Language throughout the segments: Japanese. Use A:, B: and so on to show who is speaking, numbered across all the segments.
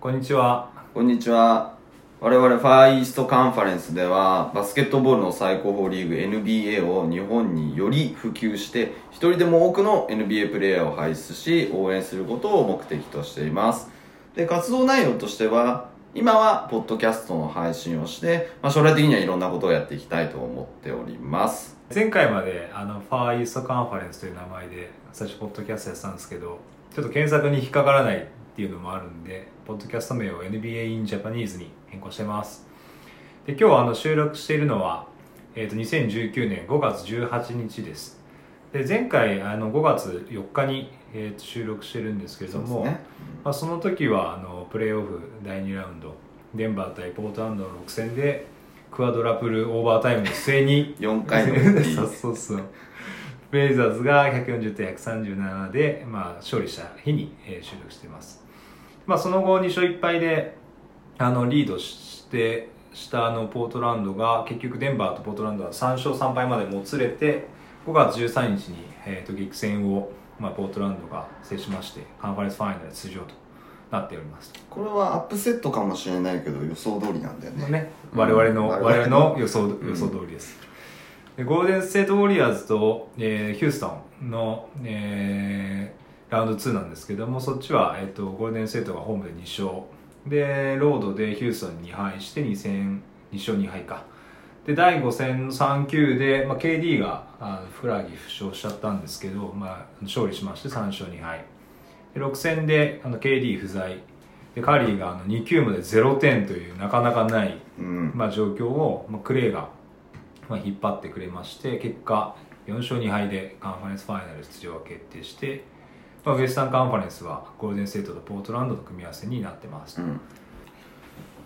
A: こんにちは。
B: こんにちは。我々ファーイーストカンファレンスではバスケットボールの最高峰リーグ NBA を日本により普及して一人でも多くの NBA プレイヤーを輩出し応援することを目的としています。で、活動内容としては今はポッドキャストの配信をして、まあ、将来的にはいろんなことをやっていきたいと思っております。
A: 前回まであのファーイーストカンファレンスという名前で最初ポッドキャストやってたんですけどちょっと検索に引っかからないっていうのもあるんでポッドキャスト名を NBA in Japanese に変更してますで今日はあの収録しているのは、えー、と2019年5月18日ですで前回あの5月4日に、えーと収録してるんですけれども、
B: ね。
A: まあ、その時はあのプレーオフ第2ラウンドデンバー対ポートランドの6戦でクアドラプルオーバータイムの末に
B: 4回 の
A: そうそうそうブレイザーズが140対137で、まあ、勝利した日に、えー収録しています、まあ、その後2勝1敗であのリードしてしたあのポートランドが結局デンバーとポートランドは3勝3敗までもつれて5月13日に、えーと激戦を、まあ、ポートランドが制しましてカンファレンスファイナル出場となっております、
B: これはアップセットかもしれないけど予想通りなんだよね。
A: ね、
B: うん
A: 我々の、
B: 我々
A: 我々の予想
B: ん
A: 予想通りです、でゴールデン・ステート・ウォリアーズと、えーヒューストンの、えーラウンド2なんですけどもそっちは、えー、とゴールデン・ステートがホームで2勝でロードでヒューストンに2敗して2戦2勝2敗かで第5戦の3球で、まあ、KD があフラギ負傷しちゃったんですけど、まあ、勝利しまして3勝2敗で6戦であの KD 不在でカリーがあの2球まで0点というなかなかない、
B: うん。
A: まあ、状況を、まあ、クレイが、まあ、引っ張ってくれまして結果4勝2敗でカンファレンスファイナル出場が決定して、まあ、ウエスタンカンファレンスはゴールデン・ステートとポートランドの組み合わせになってます、
B: うん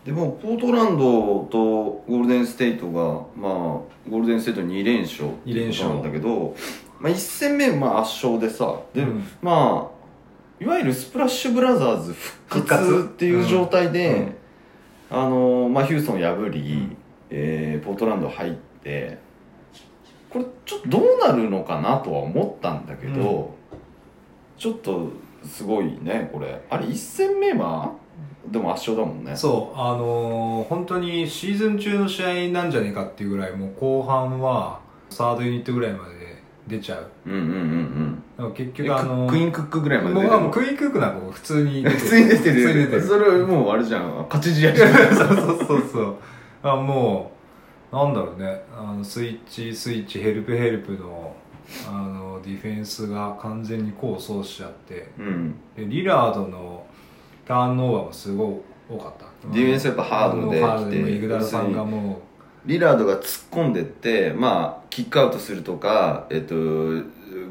B: でもポートランドとゴールデンステイトが、まあ、ゴールデンステイト2連勝っていうことなんだけど、まあ、1戦目、まあ、圧勝でさで、
A: うん
B: まあいわゆるスプラッシュブラザーズ復
A: 復
B: 活
A: 活
B: っていう状態
A: うん
B: で、あのまあ、ヒューストンを破り、
A: うん
B: えーポートランド入ってこれちょっとどうなるのかなとは思ったんだけど、
A: う
B: ちょっとすごいねこれあれ1戦目はでも圧勝だもんね
A: そうあのー本当にシーズン中の試合なんじゃねえかっていうぐらいもう後半はサードユニットぐらいまで出ちゃう
B: うんうんうんうん
A: だから結
B: ク
A: 局あの
B: クイーンクックぐらいまで
A: 僕
B: 出
A: はもう
B: て
A: クイーンクークなんかもう普通に
B: る普通に出てる
A: 普通に出てる
B: それもうあれじゃん勝ち試合じゃん
A: そうそうそうそうあもうなんだろうねあのスイッチスイッチヘルプヘルプのあのディフェンスが完全に功を奏しちゃって
B: うん
A: でリラードのターンオーバーもすごい多かった
B: ディフェンスやっぱハードで
A: ハードで
B: 来て
A: もうイグダルさんがも
B: リラードが突っ込んでってまあキックアウトするとかえっとゴ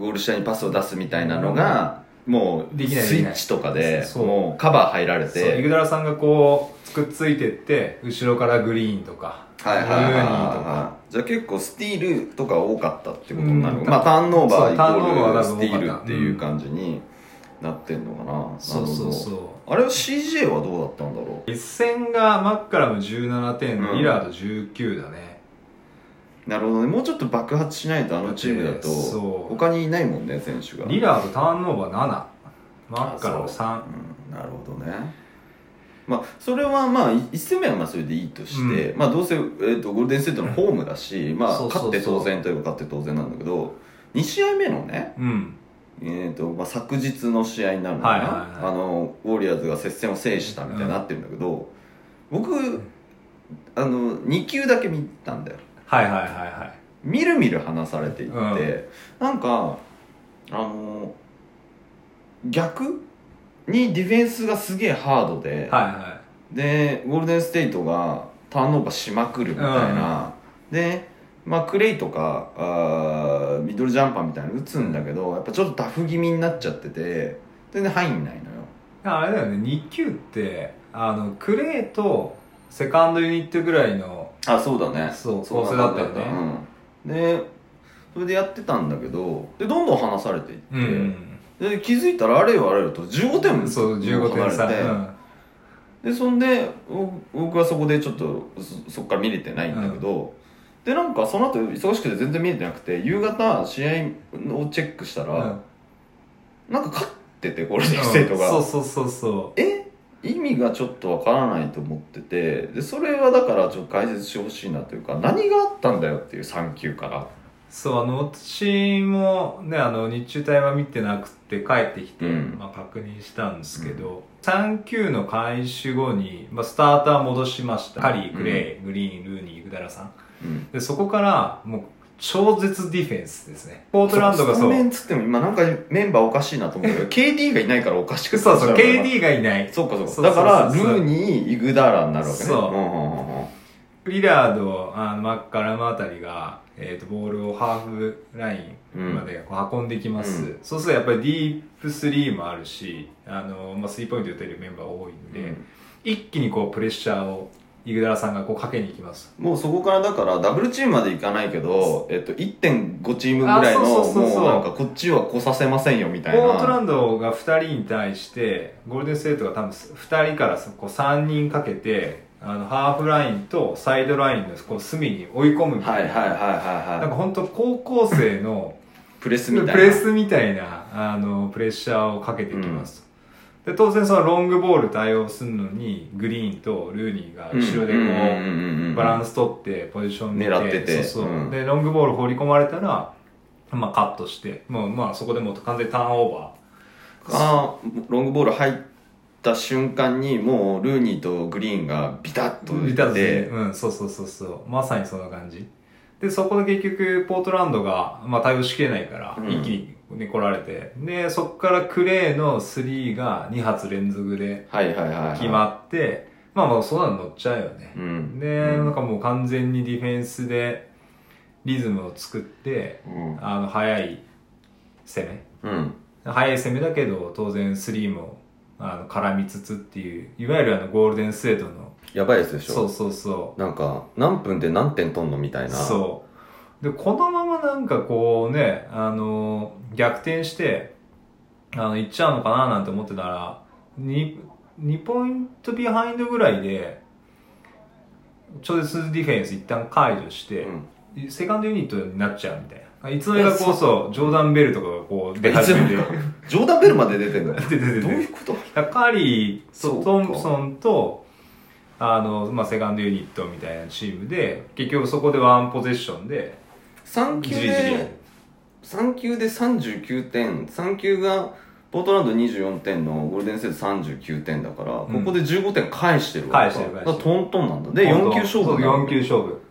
B: ール下にパスを出すみたいなのがもう
A: できない
B: スイッチとかで
A: そう
B: もうカバー入られ
A: うそうイ
B: て
A: グダルさんがこうくっついてって後ろからグリーンとか
B: はいはいはいはい
A: ブルーニーとか
B: はいじゃあ結構スティールとか多かったってことになる
A: うん
B: まあターンオーバーイ
A: そうターンオー
B: コ
A: バ
B: ー
A: ーが
B: ル
A: 多
B: ス
A: かった
B: ティールっていう感じになってんのかな
A: そうそう
B: なるほど
A: そう
B: あれは CJ はどうだったんだろ
A: 一戦がマッカラム17点、
B: うん
A: リラード19だね
B: うなるほどねもうちょっと爆発しないとあのチームだと
A: そう
B: 他にいないもんね選手が
A: リラードターンオーバー7マッカラム
B: あそう
A: 3
B: うんなるほどねまあそれはまあい一戦目はまあそれでいいとして、まあどうせ、えー、とゴールデンステートのホームだし、まあ
A: そうそうそう
B: 勝って当然といえば勝って当然なんだけど2試合目のね、
A: うん
B: えーとまあ、昨日の試合になるの
A: は
B: かな、
A: いはいはい
B: あのウォリアーズが接戦を制したみたいになってるんだけど、僕あの2球だけ見たんだよ
A: はいはいはいはい
B: みるみる話されていって、
A: うん
B: なんかあの逆にディフェンスがすげえハードで、
A: はいは
B: でゴールデンステイトがターンオーバーしまくるみたいな、で、まあ、クレイとかあーミドルジャンパーみたいなの打つんだけどやっぱちょっとダフ気味になっちゃってて全然入んないのよ
A: いあれだよね2球ってあのクレーとセカンドユニットぐらいの
B: あそうだね
A: そう
B: そ
A: 構
B: う
A: 成だったよね、
B: うん、でそれでやってたんだけどでどんどん離されていって、
A: うん、
B: で気づいたらあれよあれよと15点も
A: そう15点差、
B: 離れて
A: うん
B: でそんでお僕はそこでちょっとそそっから見れてないんだけど、でなんかその後忙しくて全然見れてなくて夕方試合をチェックした
A: う
B: ら、
A: ん
B: なんか勝っててゴールデンステートが、
A: うんそうそうそうそ
B: え意味がちょっとわからないと思っててでそれはだからちょっと解説してほしいなというか何があったんだよっていう3級から
A: そうあの私もねあの日中隊は見てなくて帰ってきて、
B: うん
A: まあ、確認したんですけど、3級の開始後に、まあ、スターター戻しましたカリーグレイ、グリーンルーニーグダラさん
B: うん
A: でそこからもう超絶ディフェンスですねポートランドが
B: スタ
A: そう
B: メンつっても今なんかメンバーおかしいなと思うけど KD がいないからおかし
A: そ
B: く
A: うそう
B: なっちゃから
A: KD がいない
B: そうかそうか
A: そうそうそう
B: だから
A: そう
B: ルーにイグダーラになるわけね
A: そう
B: うんうんうんうん
A: リラードあのマッカラムあたりが、えー、とボールをハーフラインまでこう運んできます、
B: うん
A: そうするとやっぱりディープスリーもあるしあの、まあ、スリーポイント打てるメンバー多いんで、
B: うん
A: 一気にこうプレッシャーをイグダラさんがこうかけに行きます
B: もうそこからだからダブルチームまでいかないけど、えっと、1.5チームぐらいの
A: あそうそうそうそう
B: もうなんかこっちは来させませんよみ
A: ポ
B: たいな
A: ートランドが2人に対してゴールデン・ステートが多分2人からこう3人かけてあのハーフラインとサイドラインのこう隅に追い込むみ
B: は
A: た
B: い
A: い
B: はい
A: な,、
B: はいは
A: ないん
B: は
A: か本当高校生の
B: いプレスみたいな
A: プレスみたいなあのプレッシャーをかけてきます、で当然そのロングボール対応するのにグリーンとルーニーが後ろでこう、
B: こ
A: バラン
B: ス
A: ス取ってポジション
B: 狙ってて
A: そうそう、
B: うん
A: でロングボール放り込まれたら、まあ、カットしてもう、まあ、そこでもう完全にターンオーバ
B: あーロングボール入った瞬間にもうルーニーとグリーンがビタッと
A: ー
B: い
A: 見たと
B: て
A: うんそうそうそうそうまさにそんな感じでそこで結局ポートランドが、まあ、対応しきれないから、
B: うん
A: 一気に、ね、来られてでそこからクレーの3が2発連続で
B: はいはいはいはい
A: 決まって、まあまあそんなの乗っちゃうよね、
B: うん
A: で、
B: うん
A: なんかもう完全にディフェンスでリズムを作って
B: うん
A: あの速い攻め
B: うん
A: 速い攻めだけど当然スリーもあの絡みつつっていういわゆるあのゴールデンステートの
B: やばいやつでしょ
A: そうそうそ
B: なんか何分で何点取んのみたいうな
A: そうでこのままなんかこうねあの逆転してあのいっちゃうのかななんて思ってたら 2, 2ポイントビハインドぐらいで超絶ディフェンス一旦解除して、
B: うん
A: セカンドユニットになっちゃうみたいないつの間にかこうそうジョーダン・ベルとかがこう出始めて
B: いつの間にかジョーダンベルまで出てんのど
A: 出て出て出
B: う
A: て
B: いうこと
A: だからカリー
B: そう
A: と
B: か
A: トンプソンとあの、まあ、セカンドユニットみたいなチームで結局そこでワンポゼッションで
B: 3
A: じ
B: 球
A: りじりやる
B: で3球で39点3球がポートランド24点のゴールデンセート39点だから、
A: うん
B: ここで15点返してるわけか
A: 返してる返してる
B: だからトントンなんだで4球勝負な
A: そ
B: の
A: う4球勝負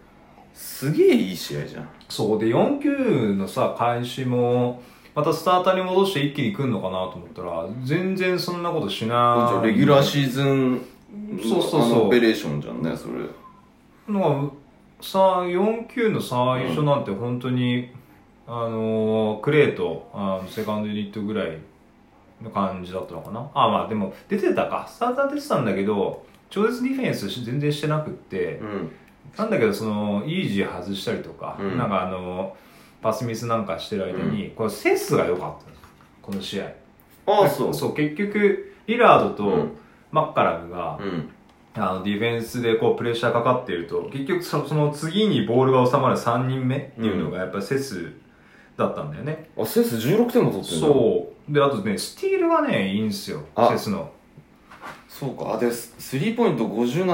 B: すげえいい試合じゃん
A: そうで4球のさ開始もまたスターターに戻して一気に来るのかなと思ったら全然そんなことしな
B: レ
A: い
B: ギュラーシーズン
A: そうそうそう
B: あのオペレーションじゃんねそれ
A: なんかさ4球の最初なんて本当に、あのークレーとあのセカンドユニットぐらいの感じだったのかなあまあでも出てたかスターター出てたんだけど超絶ディフェンスし全然してなくって
B: うん
A: なんだけどそのイージー外したりとか、
B: うん
A: なんかあのパスミスなんかしてる間に、これセンスが良かったんですよこの試合
B: ああそう
A: そう結局リラード
B: う
A: と
B: ん
A: マッカラムが、
B: うん
A: あのディフェンスでこうプレッシャーかかってると結局そその次にボールが収まる3人目っていうのがやっぱりセスだったんだよね、
B: あセス16点も取ってる
A: そうであとねスティールがねいいんですよ
B: あ
A: セスの
B: そうかあでススリーポイント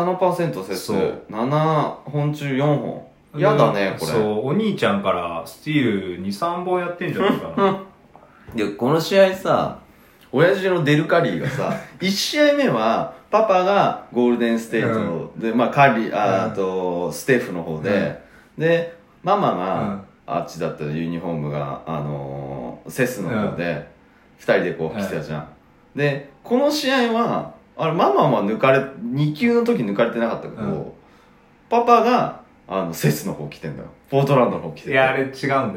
B: 57%セス
A: そう
B: 7本中4本やだね
A: うん
B: これ
A: そうお兄ちゃんからスティール23本やってんじゃないかな
B: でこの試合さ親父のデルカリーが さ1試合目はパパがゴールデンステートの、でまあカリーあ,、
A: うん
B: とステフの方で、でママ が、あっちだったユニフォームがあのーセスの方で2人でこう来てたじゃん、でこの試合はあれママは抜かれ2球の時抜かれてなかったけど、
A: うん
B: パパがあのセスの方来てんだよポートランドの方来
A: うん
B: て
A: いやあ
B: る
A: れ違うんだよ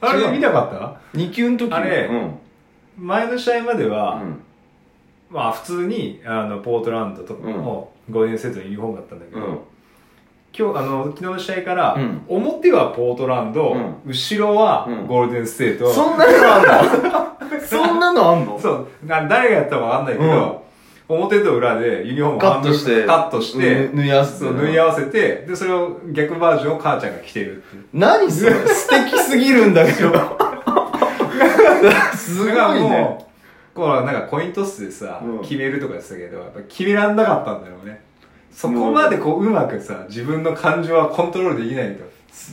A: あ
B: 違う
A: れ見なかった
B: 2球の時
A: あれ
B: うん
A: 前の試合までは、
B: うん
A: まあ普通にあのポートランドとかもゴールデンセットのユニフォームだったんだけ
B: う
A: ど、
B: ん
A: 今日あの昨日の試合から、
B: うん
A: 表はポートランド、
B: うん
A: 後ろは
B: うん
A: ゴールデンステート、
B: そんなの あんのそんなのあんの
A: そうな誰がやったかわかんないけど、表と裏でユニフォーム
B: カットして
A: カットして、
B: ぬ縫い合わせて
A: そう縫い合わせてでそれを逆バージョンを母ちゃんが着てるっていう
B: 何それ 素敵すぎるんだけどす
A: そ
B: ご
A: れが
B: いね
A: もうこうなんかコイントスでさ、
B: うん
A: 決めるとか言ってたけどやっぱ決めらんなかったんだろうねそこまでこううまくさ自分の感情はコントロールできないと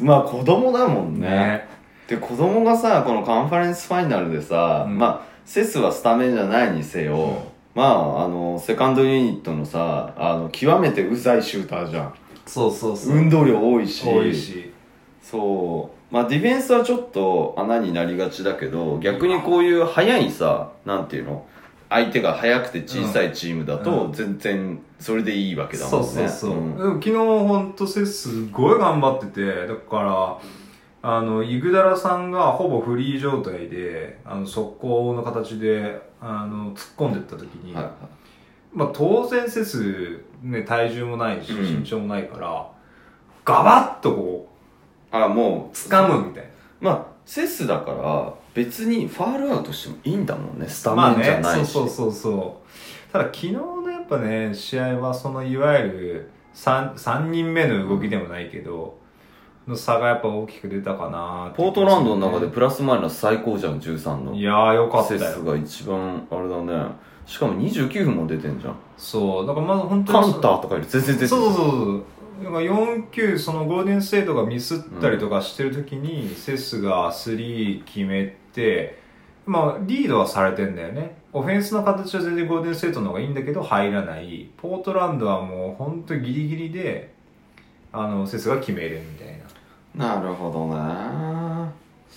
B: まあ子供だもんねで子供がさこのカンファレンスファイナルでさ、
A: うん
B: まあセスはスタメンじゃないにせよ、
A: うん
B: まああのセカンドユニットのさあの極めてうざいシューターじゃん
A: そうそうそう、
B: 運動量多いし
A: 多いし
B: そうまあディフェンスはちょっと穴になりがちだけど逆にこういう速いさなんていうの相手が速くて小さいチームだ
A: う
B: と
A: ん
B: 全然それでいいわけだも
A: そ
B: ん
A: う
B: ね
A: そうそう、
B: ん
A: でも昨日ほんとせすごい頑張っててだからあのイグダラさんがほぼフリー状態であの速攻の形であの突っ込んでった時に、
B: はいはい
A: まあ、当然せず、ね、体重もないし
B: うん
A: 身長もないから、ガバッとこ
B: あも
A: う掴むみたい
B: まあセスだから別にファールアウトしてもいいんだもんねス
A: な
B: タメンじゃ
A: まあ
B: な
A: ね
B: いし、
A: そうそうそうそうただ昨日のやっぱね試合はそのいわゆる 3, 3人目の動きでもないけどの差がやっぱ大きく出たかなって
B: ポートランドの中でプラスマイナス最高じゃん13の
A: いやーよかった
B: セス
A: よ
B: が一番あれだねしかも29分も出てんじゃん
A: そうだからまず本当
B: カ
A: に
B: ンターとかより全然出てる
A: そうそうそうそうだから4球そのゴールデンステートがミスったりとかしてる時に、セスが3決めてまあリードはされてんだよねオフェンスの形は全然ゴールデンステートの方がいいんだけど入らないポートランドはもう本当ギリギリであのセスが決めるみたいな
B: なるほどね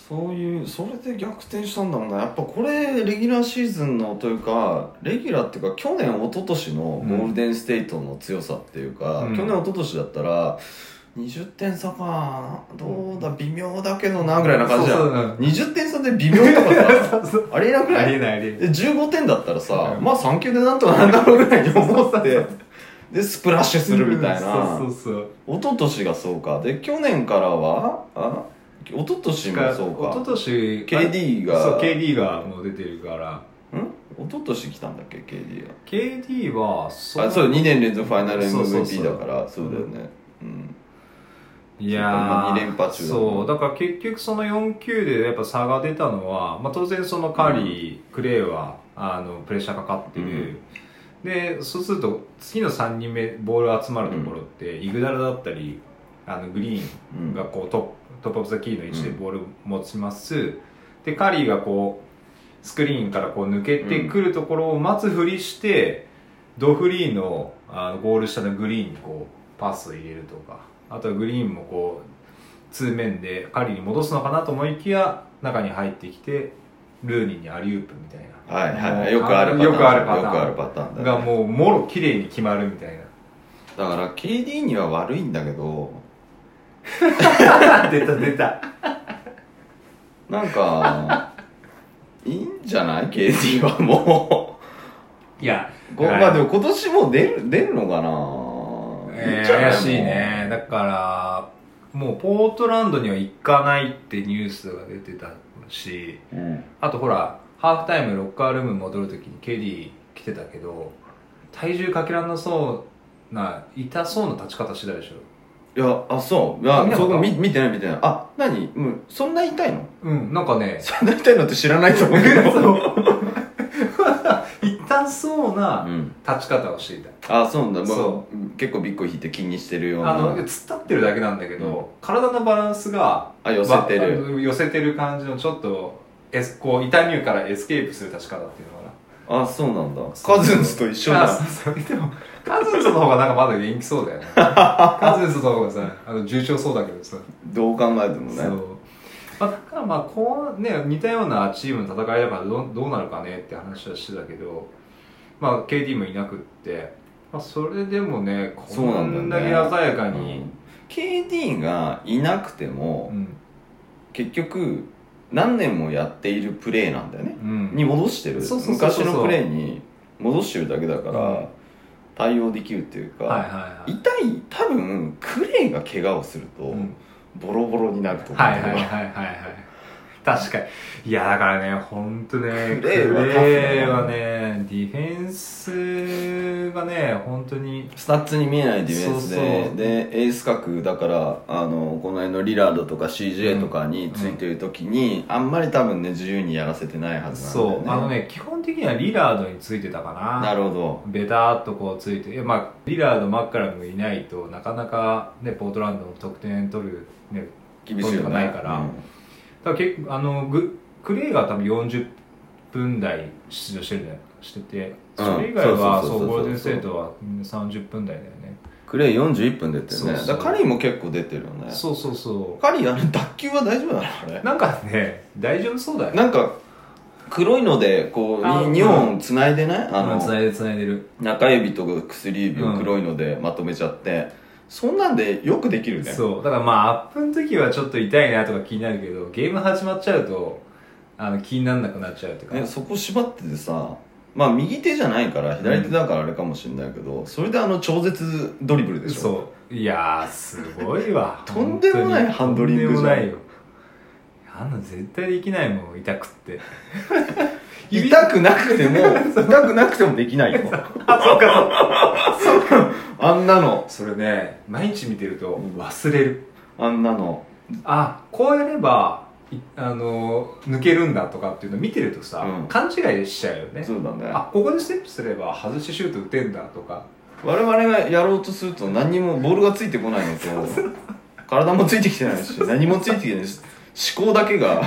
B: そういうそれで逆転したんだもんなやっぱこれレギュラーシーズンのというかレギュラーっていうか去年一昨年のゴールデンステイトの強さっていうか、
A: うん
B: 去年一昨年だったら20点差かどうだ微妙だけどなぐらいな感じじゃん
A: そうそうそう
B: 20点差で微妙と かさあれなく
A: あ
B: な
A: り
B: い
A: えないありえない
B: で15点だったらさ、
A: うん
B: まあ3球でなんとかなんだろうぐらいに思っ
A: そう
B: て
A: そう
B: でスプラッシュするみたいな、
A: うんそうそう
B: 一昨年がそうかで去年からはあ一昨
A: そ
B: 年
A: う
B: もそう
A: 一
B: か
A: 昨年
B: KD が
A: そう KD がもう出てるから
B: ん一昨年来たんだっけ KD が
A: KD はそ
B: あそう2年連続ファイナル
A: そうそうそう
B: MVP だからそうだよねうん
A: いや
B: 今
A: ー
B: 二連覇中だ
A: そうだから結局その4球でやっぱ差が出たのは、まあ、当然そのカリー、クレーはあのプレッシャーかかってる、でそうすると次の3人目ボール集まるところって、イグダルだったりあのグリー
B: う
A: ン
B: ん
A: がこうトップトップ・オブ・ザ・キーの位置でボール持ちます、でカリーがこうスクリーンからこう抜けてくるところを待つふりして、ドフリーのあのゴール下のグリーンにこうパスを入れるとかあとはグリーンもこう通面でカリーに戻すのかなと思いきや中に入ってきてルーニーにアリウープみたいな
B: はいはいはい
A: も
B: よ
A: う
B: くあるパターン
A: よくあるパターン
B: よくあるパターンだ,、
A: がもうもろ綺麗に決まるみたいな
B: だから KD には悪いんだけど
A: 出た出た
B: なんか いいんじゃない KD はも
A: いや
B: うこ
A: はい
B: まあでも今年も出る出るのかな、
A: え
B: いいん
A: ー
B: じゃな
A: 怪
B: もう
A: しいねだからもうポートランドには行かないってニュースが出てたし
B: うん
A: あとほらハーフタイムロッカールーム戻るときにケリー来てたけど体重かけらんなそうな痛そうな立ち方してたでしょ
B: いや、あ、そう。いや
A: 見、なか
B: そ
A: った
B: こ見見てない見てない。あ、何うん、そんな痛いの
A: うんなんかね
B: そんな痛いのって知らないと思うけ ど。
A: 痛そう
B: う。
A: なん立ち方をしていた、
B: あ、そうなんだ。も
A: そう
B: 結構びっくり引いて気にしてるよう
A: あの突
B: な。
A: っ立ってるだけなんだけど、
B: うん
A: 体のバランスが
B: あ、寄せて
A: わ
B: る。
A: あの寄せてる感じのちょっとエスこう痛みからエスケープする立ち方っていうのかな
B: あ、そうなんだ。
A: そう
B: カズンズと一緒
A: あ
B: だ。
A: そうそうでもカズンズの方がなんかまだ元気そう だよねカズンズの方がさあの重症そうだけどさ
B: どう考えても
A: そ
B: ね。
A: う、まあ、だからまあこうね似たようなチームの戦いだからどうどうなるかねって話はしてたけど、まあ、KD もいなくって、まあ、それでもね
B: そ
A: こ
B: うなんだよ
A: ん
B: ね
A: だけ鮮や
B: う
A: かに
B: ん KD がいなくて
A: う
B: も、
A: ん
B: 結局、何年もやっているプレーなんだよね。
A: うん
B: に戻してる。
A: そうそうそうそ
B: 昔
A: う
B: のプレーに戻してるだけだか
A: うん
B: ら、対応できるっていうか。
A: はいはいはい
B: 痛い多分クレイが怪我をすると、
A: うん
B: ボロボロになると思う、
A: はいはいはいはいはい確かにいやだからね本当ね
B: クレイはタフだな
A: クレイはねディフェンスがね本当に
B: スタッツに見えないディフェンスで
A: そうそう
B: でエース格だからあのこの辺のリラードとか CJ とかについてる時に、あんまり多分ね自由にやらせてないはずなんだよ
A: そ
B: ね
A: うあのね基本的的にはリラードについてたかな
B: なるほど。
A: ベターっとこうついていや、まあ、リラードマッカラムがいないとなかなか、ね、ポートランドの得点取る、ね、
B: 厳しいよ
A: とんで
B: ね。
A: もないから
B: うん
A: だから結構あのグクレイが多分40分台出場してるねしてて
B: うん
A: それ以外は
B: そう
A: そ
B: そうそうそう
A: うゴールデン・ステートはみんな30分台だよね
B: クレイ41分出てる
A: そ
B: ね。
A: う
B: だ
A: そう
B: からカリーも結構出てるよね。
A: そうそうそ
B: カリー、あの、脱臼は大丈夫なのあれ
A: う。なんかね大丈夫そうだよ
B: なんか、黒いので、こう、
A: あ
B: 2本繋いでないあ
A: うん繋
B: の、
A: いで繋いでる
B: 中指とか薬指を黒いのでまとめちゃって、そんなんでよくできるね。
A: そうだからまあアップの時はちょっと痛いなとか気になるけどゲーム始まっちゃうとあの気にならなくなっちゃうとか
B: ね、そこ縛っててさまあ右手じゃないから左手だからあれかもしれないけど、それであの超絶ドリブルでしょ
A: そういやーすごいわ
B: とんでもないハンドリングじゃん
A: とんでもないよあんなの絶対できないもん痛くって指
B: 痛くなくて も痛くなくてもできないよ
A: あそうか
B: あんなの
A: そうそれね毎日見てると忘れる
B: あんなの
A: あこうやればいあのー抜けるんだとかっていうの見てるとさ、
B: うん
A: 勘違いしちゃうよね
B: そうだね
A: あここでステップすれば外してシュート打てんだとか
B: 我々がやろうとすると何にもボールがついてこないのと体もついてきてないし何もついてきてないし思考だけが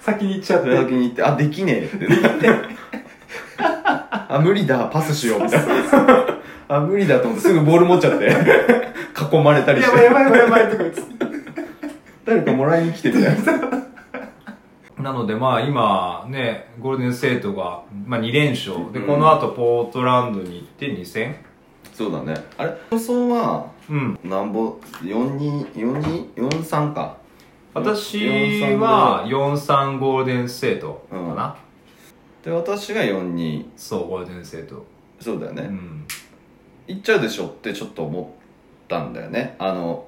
A: 先に行っちゃっ
B: それだ
A: て
B: けに行ってあできねえって あ無理だパスしようみたいなあ無理だと思ってすぐボール持っちゃって囲まれたりして
A: やばいやばいやばいやばいとか言って
B: 誰かもらいに来てみたい な。
A: なのでまあ今ね、ゴールデンステートが、まあ、2連勝。で、
B: うん
A: この後ポートランドに行って2戦
B: そうだね。あれ予想は、
A: うん。
B: なんぼ、4-2、4-2、4-3か。
A: 私
B: 4-3
A: は4-3ゴールデンステートか
B: うん
A: な。
B: で、私が4-2。
A: そう、ゴールデンステート。
B: そうだよ
A: う
B: ね。
A: ん。
B: いっちゃうでしょってちょっと思ったんだよね。あの、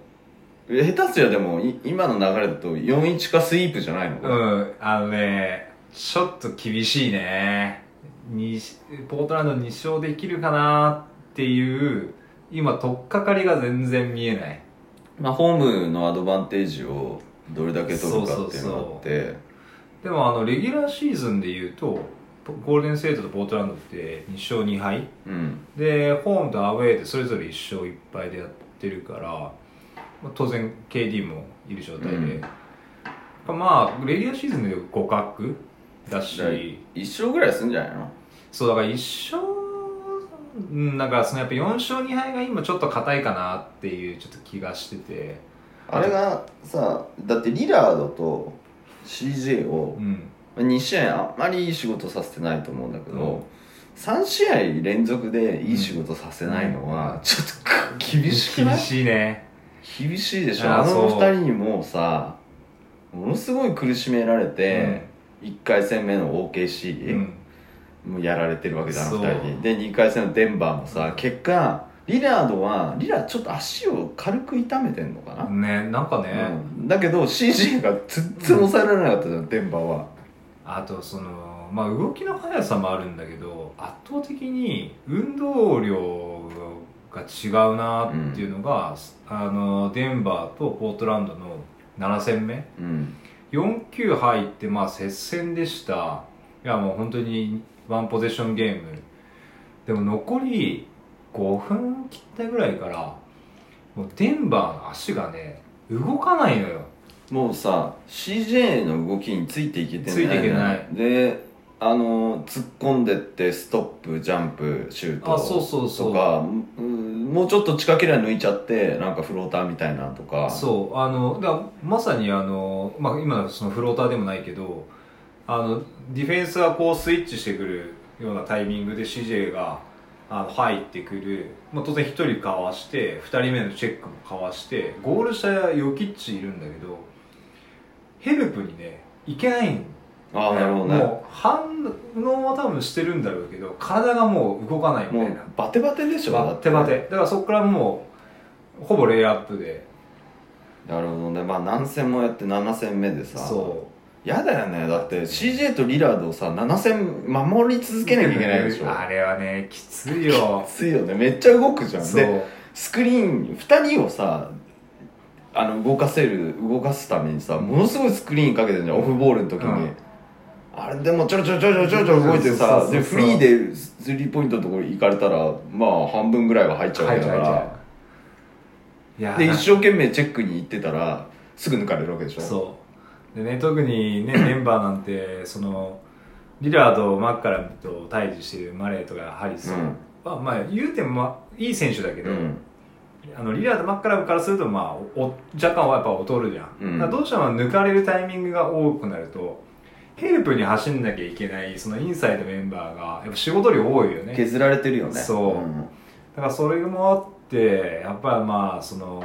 B: 下手すりゃでも、い今の流れだと4-1かスイープじゃないの、
A: うん。あのね、ちょっと厳しいね。にポートランド2勝できるかなっていう、今、取っかかりが全然見えない。
B: まあ、ホームのアドバンテージをどれだけ取るかっていうのがあって、
A: でもあの、レギュラーシーズンで言うと、ゴールデンステートとポートランドって2勝2敗
B: うん。
A: でホームとアウェーでそれぞれ1勝1敗でやってるから、まあ、当然 KD もいる状態で、
B: うん
A: まあレギュラーシーズンで互角だし、
B: はい一勝ぐらいすんじゃないの
A: そうだから1勝うんなんかそのやっぱ4勝2敗が今ちょっと硬いかなっていうちょっと気がしてて
B: あれがさ、だってリラードと CJ を
A: うん
B: 2試合あんまりいい仕事させてないと思うんだけ
A: う
B: ど、三3試合連続でいい仕事させないのは、ちょっと厳しくない
A: 厳しいね
B: 厳しいでしょ
A: あ
B: あ
A: ー
B: の2
A: そう
B: 人にもうさものすごい苦しめられて、1回戦目の OKC、
A: うん
B: もうやられてるわけじゃん
A: そう
B: 2人にで2回戦のデンバーもさ結果リラードはリラちょっと足を軽く痛めてんのかな、
A: うんねなんかね、
B: うんだけど CG が全然抑えられなかったじゃん、デンバーは
A: あとそのまあ動きの速さもあるんだけど圧倒的に運動量が違うなっていうのが、あのデンバーとポートランドの7戦目
B: うん
A: 4球入ってまあ接戦でしたいやもう本当にワンポゼッションゲームでも残り5分切ったぐらいからもうデンバーの足がね動かないのよ
B: もうさ CJ の動きについていけてない
A: ついていけない
B: であの突っ込んでってストップジャンプシュート
A: あそうそうそう
B: とかうんもうちょっと近ければ抜いちゃってなんかフローターみたいなとか
A: そうあのだまさにあの、まあ、今のそのフローターでもないけどあのディフェンスがこうスイッチしてくるようなタイミングで CJ があの入ってくる、まあ、当然1人かわして2人目のチェックもかわしてゴール下ヨキッチいるんだけどヘルプにねいけないん
B: ああなるほどねも
A: もう反応は多分してるんだろうけど体がもう動かないみ
B: う
A: たいな
B: バテバテでしょ
A: バッテバ
B: だっ
A: テだからそこからもうほぼレイアップで
B: てなるほどねまあ何戦もやって7戦目でさ
A: そう
B: やだよねだって CJ とリラードをさ7戦守り続けなきゃいけないでしょ
A: あれはねきついよ
B: きついよねめっちゃ動くじゃん
A: そ
B: で
A: う
B: スクリーン2人をさあの動かせる動かすためにさものすごいスクリーンかけてるじゃんオフボールの時に、
A: うん
B: あれでもちょろちょろちょろちょろちょろ動いて
A: そ
B: さ
A: うそうそうそう
B: でフリーでスリーポイントのところ行かれたらまあ半分ぐらいは入っちゃうわけだから
A: いやー
B: で一生懸命チェックに行ってたらすぐ抜かれるわけでしょ
A: そうでね特に ねメンバーなんてそのリラードマッカラムと対峙しているマレーとかハリス
B: うん
A: は、まあ言うても、まあ、いい選手だけど、
B: うん
A: あのリラードマッカラムからすると、まあ、お若干はやっぱ劣るじゃん、
B: うん
A: だからどうしても抜かれるタイミングが多くなるとヘルプに走んなきゃいけないそのインサイドメンバーがやっぱ仕事量多いよね
B: 削られてるよね
A: そう
B: うん
A: だからそれもあってやっぱりまあその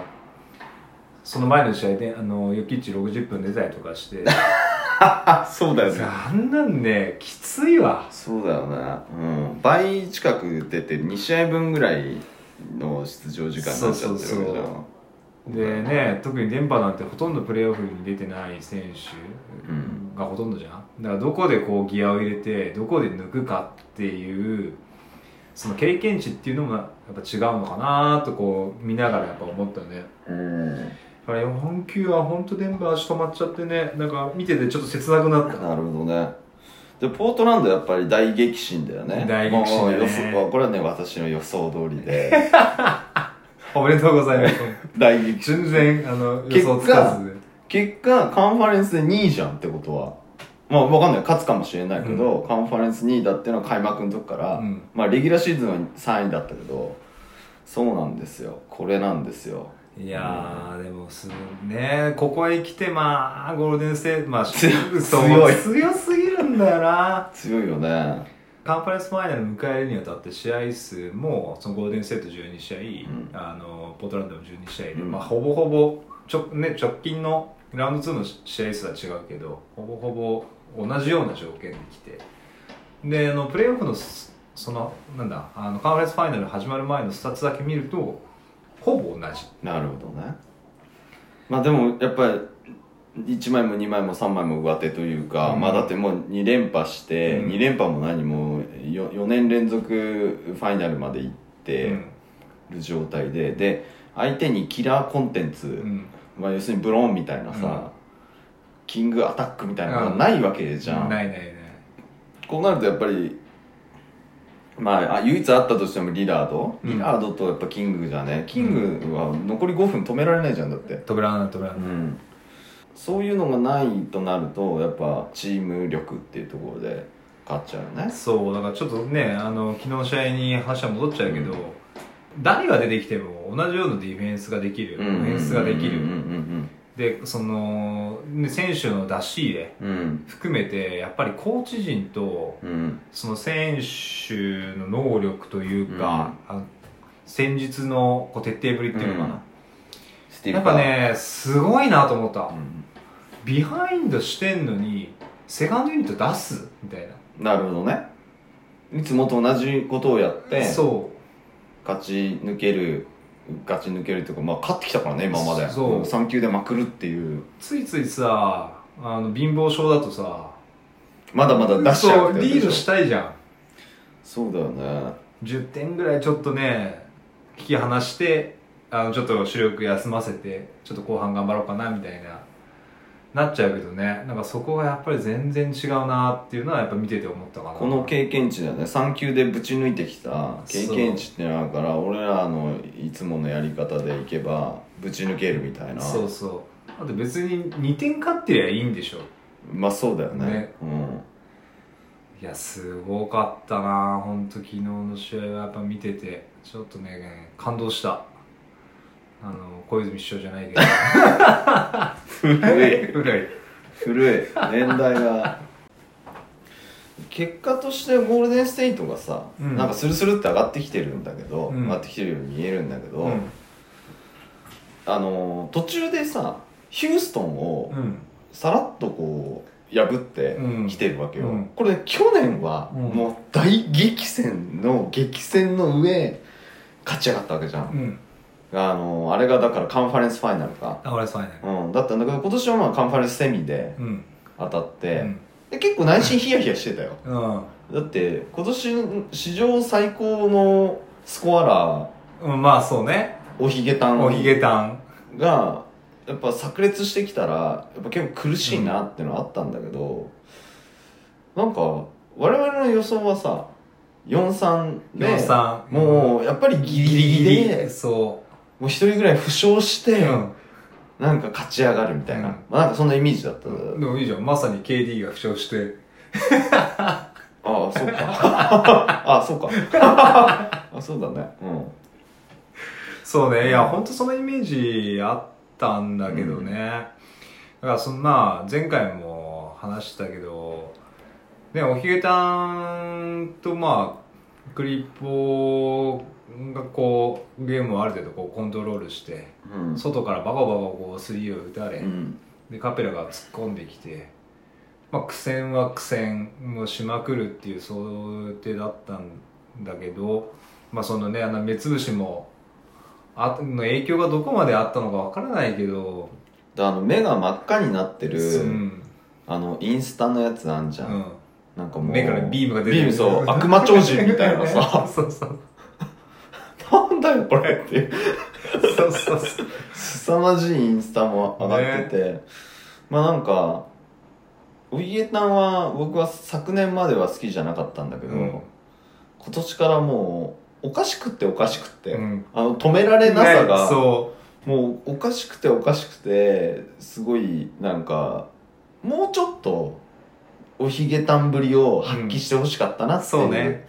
A: その前の試合であのヨキッチ60分出たりとかして
B: あそうだよね
A: あんなんねきついわ
B: そうだよねうん倍近く出て2試合分ぐらいの出場時間になっちゃってるわけじゃ
A: そうそうんでね特に電波なんてほとんどプレーオフに出てない選
B: うん
A: 手がほとんどじゃん、だからどこでこうギアを入れてどこで抜くかっていうその経験値っていうのもやっぱ違うのかなとこう見ながらやっぱ思ったね
B: うん
A: だから4球は本当電波足止まっちゃってねなんか見ててちょっと切なくなった
B: なるほどねでポートランドやっぱり大激震だよね
A: 大激震だね
B: もう予想これはね私の予想通りで
A: おめでとうございます
B: 大激震
A: 全然あの予想つかず
B: 結果カンファレンスで2位じゃんってことはまあわかんない勝つかもしれないけど、カンファレンス2位だっていうのは開幕の時から、
A: うん
B: まあレギュラーシーズンは3位だったけどそうなんですよこれなんですよ
A: いやー、でもすねここへ来てまあゴールデンステートまあ
B: 強い
A: そう
B: 強い
A: 強すぎるんだよな
B: 強いよね
A: カンファレンスファイナル迎えるにあたって試合数もそのゴールデンステート12試合、
B: うん
A: あのポートランドも12試合で、
B: うん
A: まあ、ほぼほぼちょ、ね、直近のラウンド2の試合数は違うけどほぼほぼ同じような条件で来てであのプレーオフのすそのなんだあのカンファレンスファイナル始まる前のスタッツだけ見るとほぼ同じ
B: なるほどねまあでもやっぱり1枚も2枚も3枚も上手というか、
A: うん
B: まあだってもう2連覇して、
A: うん
B: 2連覇も何も 4, 4年連続ファイナルまで行ってる状態で、で相手にキラーコンテンツ、
A: うんうん
B: まあ、要するにブローンみたいなさ、
A: うん
B: キングアタックみたいなのがないわけじゃん、
A: ないないない
B: こうなるとやっぱりまああ唯一あったとしてもリラード、
A: うん
B: リラードとやっぱキングじゃねキングは残り5分止められないじゃんだって
A: 扉穴扉
B: う
A: 穴
B: んそういうのがないとなるとやっぱチーム力っていうところで勝っちゃうよね
A: そうだからちょっとねあの昨日の試合に話は戻っちゃうけど、
B: うん
A: 誰が出てきても同じようなディフェンスができる、オフェンスができる、
B: うんうん
A: でそのね選手の出し入れ
B: うんうん
A: 含めてやっぱりコーチ陣と
B: うんうん
A: その選手の能力というか、あの戦術のこう徹底ぶりっていうのかな、
B: スティ
A: や
B: ー
A: っ
B: ブカ
A: ぱ
B: ー
A: ねすごいなと思った、
B: う
A: ビハインドしてんのにセカンドユニット出すみたいな、
B: んなるほどねいつもと同じことをやって
A: そう
B: 勝ち抜ける勝ち抜けるというか、まあ、勝ってきたからね今まで
A: そう
B: 3球でまくるっていう
A: ついついさあの貧乏症だとさ
B: まだまだ出しちゃう
A: そう
B: って
A: リード
B: し
A: したいじゃん
B: そうだよね
A: 10点ぐらいちょっとね引き離してあのちょっと主力休ませてちょっと後半頑張ろうかなみたいななっちゃうけどねなんかそこがやっぱり全然違うなっていうのはやっぱ見てて思ったかな
B: この経験値だよね3球でぶち抜いてきた経験値ってのがあるから俺らのいつものやり方でいけばぶち抜けるみたいな
A: そうそうあと別に2点勝ってりゃいいんでしょ
B: まあそうだよね
A: ね
B: うん、
A: いやすごかったなほんと昨日の試合はやっぱ見ててちょっとね感動したあの小泉師匠じゃないけど
B: 古い
A: ぐらい
B: 古い年代が結果としてゴールデンステイトがさ、
A: うん
B: なんかスルスルって上がってきてるんだけど、
A: うん
B: 上がってきてるように見えるんだけど、
A: うん
B: あのー途中でさヒューストンを
A: うん
B: さらっとこう破って
A: うん
B: きてるわけよ、
A: うん
B: これ去年は
A: うん
B: もう大激戦の激戦の上勝ち上がったわけじゃん、
A: うん
B: あのーあれがだからカンファレンスファイナルか、
A: あ俺はそうやね
B: うん、だったんだけど今年はまあカンファレンスセミで
A: うん
B: 当たっ
A: う
B: て、
A: ん
B: で結構内心ヒヤヒヤしてたよ
A: うん
B: だって今年史上最高のスコアラー
A: うんまあそうね
B: おひげたん
A: おひげたん
B: がやっぱ炸裂してきたらやっぱ結構苦しいなってのはあったんだけど、なんか我々の予想はさ4-3で
A: 4-3
B: もうやっぱりギリギリで
A: そ
B: もう一人ぐらい負傷して、
A: う、うん
B: なんか勝ち上がるみたいな、
A: うん
B: まあ、なんかそんなイメージだった、
A: でもいいじゃんまさに KD が負傷して
B: ああそうか ああそ うかあそうだねうん
A: そうねいや本当そのイメージあったんだけどね、だからそのまあ前回も話したけどねおひげたんとまあクリポがこうゲームをある程度こうコントロールして
B: うん
A: 外からバカバカこうスリーを打たれ、
B: うん
A: でカペラが突っ込んできて、まあ、苦戦は苦戦をしまくるっていう想定だったんだけど、まあ、そのねあの目つぶしもあの影響がどこまであったのかわからないけど、
B: であの目が真っ赤になってる、
A: うん
B: あのインスタのやつあんじ
A: う
B: ゃん、
A: ん、
B: なんかもう
A: 目からビームが出て
B: ビ
A: る
B: ームそう悪魔超人みたいな さ
A: そうそう
B: なんだよこれっていう
A: そうそうそう
B: 凄まじいインスタも上がってて、まあなんかウイエタンは僕は昨年までは好きじゃなかったんだけど、
A: うん
B: 今年からもうおかしくっておかしくって、
A: うん
B: あの止められなさが、
A: ねそ
B: もうおかしくておかしくてすごいなんかもうちょっとおひげたんぶりを発揮してほしかったな
A: う
B: っていう,、
A: そうね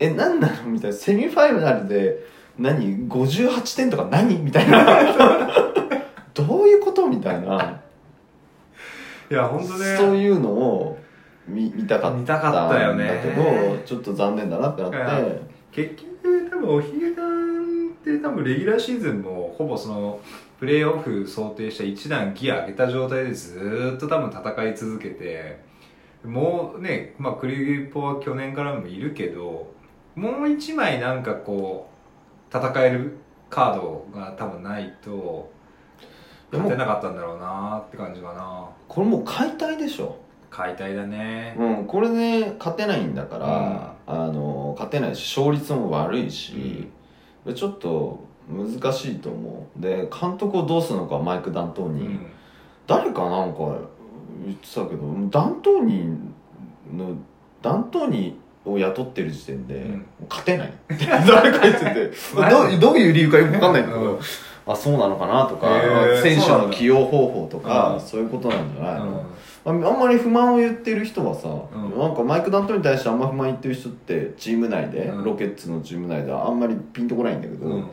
B: え何なのみたいなセミファイナルで何58点とか何みたいな どういうことみたいない
A: や本当ね
B: そういうのを見見たかったん
A: 見たかったよね
B: だけどちょっと残念だなってなって、
A: 結局多分おひげさんって多分レギュラーシーズンもほぼそのプレーオフ想定した一段ギア上げた状態でずーっと多分戦い続けてもうね、まあ、クリーポは去年からもいるけどもう一枚なんかこう戦えるカードが多分ないと
B: でも
A: 勝てなかったんだろうなって感じかな
B: これもう解体でしょ
A: 解体だね
B: うん、これで勝てないんだから、あの勝てないし勝率も悪いし、ちょっと難しいと思うで監督をどうするのかマイク・ダントー
A: う
B: ニー、
A: ん
B: 誰かなんか言ってたけどダントーニーのダントーニーを雇ってる時点で、
A: うん
B: 勝てない 誰か 言っててどうどういう理由かよく分かんないけど、
A: うん
B: あそうなのかなとか、
A: へー
B: 選手
A: そうな
B: の
A: んだ
B: 起用方法とか
A: うん
B: そういうことなんじゃないの、
A: うん
B: ああんまり不満を言ってる人はさ、
A: ん
B: なんかマイク・ダントンに対してあんま不満言ってる人ってチーム内で、
A: うん
B: ロケッツのチーム内ではあんまりピンとこないんだけど、
A: うん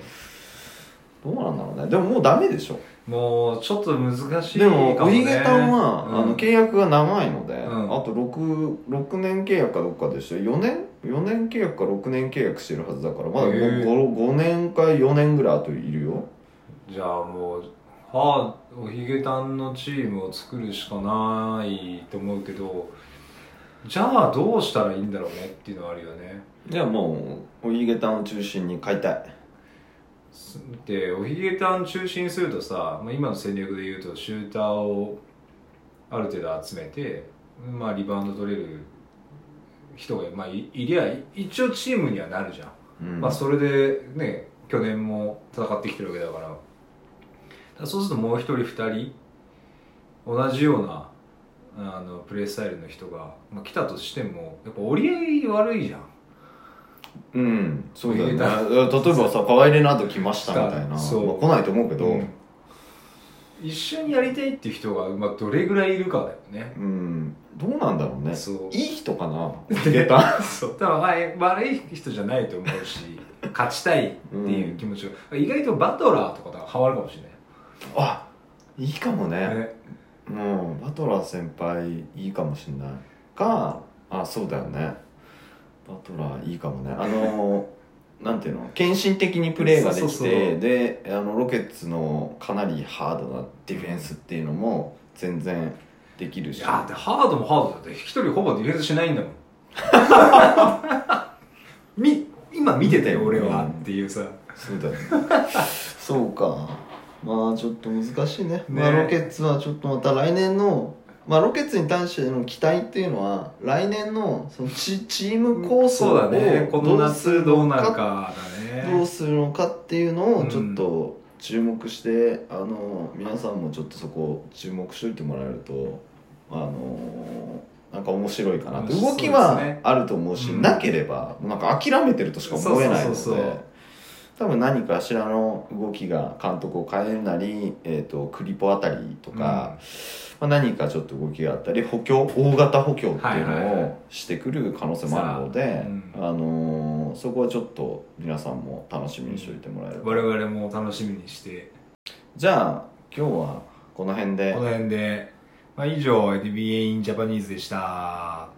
B: どうなんだろうねでももうダメでしょ
A: もうちょっと難しい
B: で
A: かも
B: も
A: ね
B: おひげたんは、
A: うん
B: あの契約が長いので、
A: ん
B: あと 6, 6年契約かどっかでしょ4年4年契約か6年契約してるはずだからまだ 5,
A: へー
B: 年か4年ぐらいあといるよ
A: じゃあもうはあおひげたんのチームを作るしかないと思うけどじゃあどうしたらいいんだろうねっていうのはあるよね
B: じゃあもうおひげたんを中心に買いたい
A: すでおひげたん中心にするとさ、まあ、今の戦略で言うとシューターをある程度集めて、まあ、リバウンド取れる人が、まあ、いいりゃ一応チームにはなるじゃん
B: うん
A: まあ、それでね去年も戦ってきてるわけだからだからそうするともう一人二人同じようなあのプレースタイルの人が、まあ、来たとしてもやっぱ折り合い悪いじゃん
B: うん、そうだよね。
A: 見
B: い
A: えた
B: や例えばさ、河合レナード来ましたみたいな。
A: そう
B: まあ、来ないと思うけど、
A: うん一緒にやりたいっていう人が、まあ、どれぐらいいるかだよね
B: うん、どうなんだろうね。
A: そう
B: いい人かな出た
A: そうだからまあ悪い人じゃないと思うし勝ちたいっていう気持ちが、意外とバトラーとかとはハマるかもし
B: あ、いいかも
A: れない、
B: ね。
A: ね
B: うん、バトラー先輩いいかもしんない。か、あ、そうだよね。バトラーいいかもね。あの、 なんていうの献身的にプレーができて
A: そうそうそう
B: であのロケッツのかなりハードなディフェンスっていうのも全然できる
A: い
B: し
A: やだってハードもハードだって一人ほぼディフェンスしないんだもん み今見てたよ俺はっていうさ
B: そうだよね そうかまあちょっと難しいねまあ、
A: ね
B: ロケッツはちょっとまた来年のまあロケッツに対しての期待っていうのは来年のそのチチーム構想
A: そう
B: を
A: だねこの
B: どうする
A: 夏どう
B: の
A: なる
B: か
A: かだ
B: どう
A: ね
B: するのかっていうの
A: う
B: を
A: ん
B: ちょっと注目して、あの皆さんもちょっとそこ注目しといてもらえるとあのなんか面白いかなって
A: 面白い
B: 動きは
A: そうですね
B: あると思うし
A: うん
B: なければなんか諦めてるとしか思えないので
A: そうそうそうそう
B: 多分何かしらの動きが監督を変えるなり、えー、とクリポあたりとか、まあ、何かちょっと動きがあったり補強大型補強っていう
A: はいはい
B: の
A: はい
B: をしてくる可能性もあるので、
A: あ
B: あのーそこはちょっと皆さんも楽しみにしておいてもらえれば
A: 我々も楽しみにして
B: じゃあ今日はこの辺で
A: この辺で、まあ、以上 NBA in Japanese でした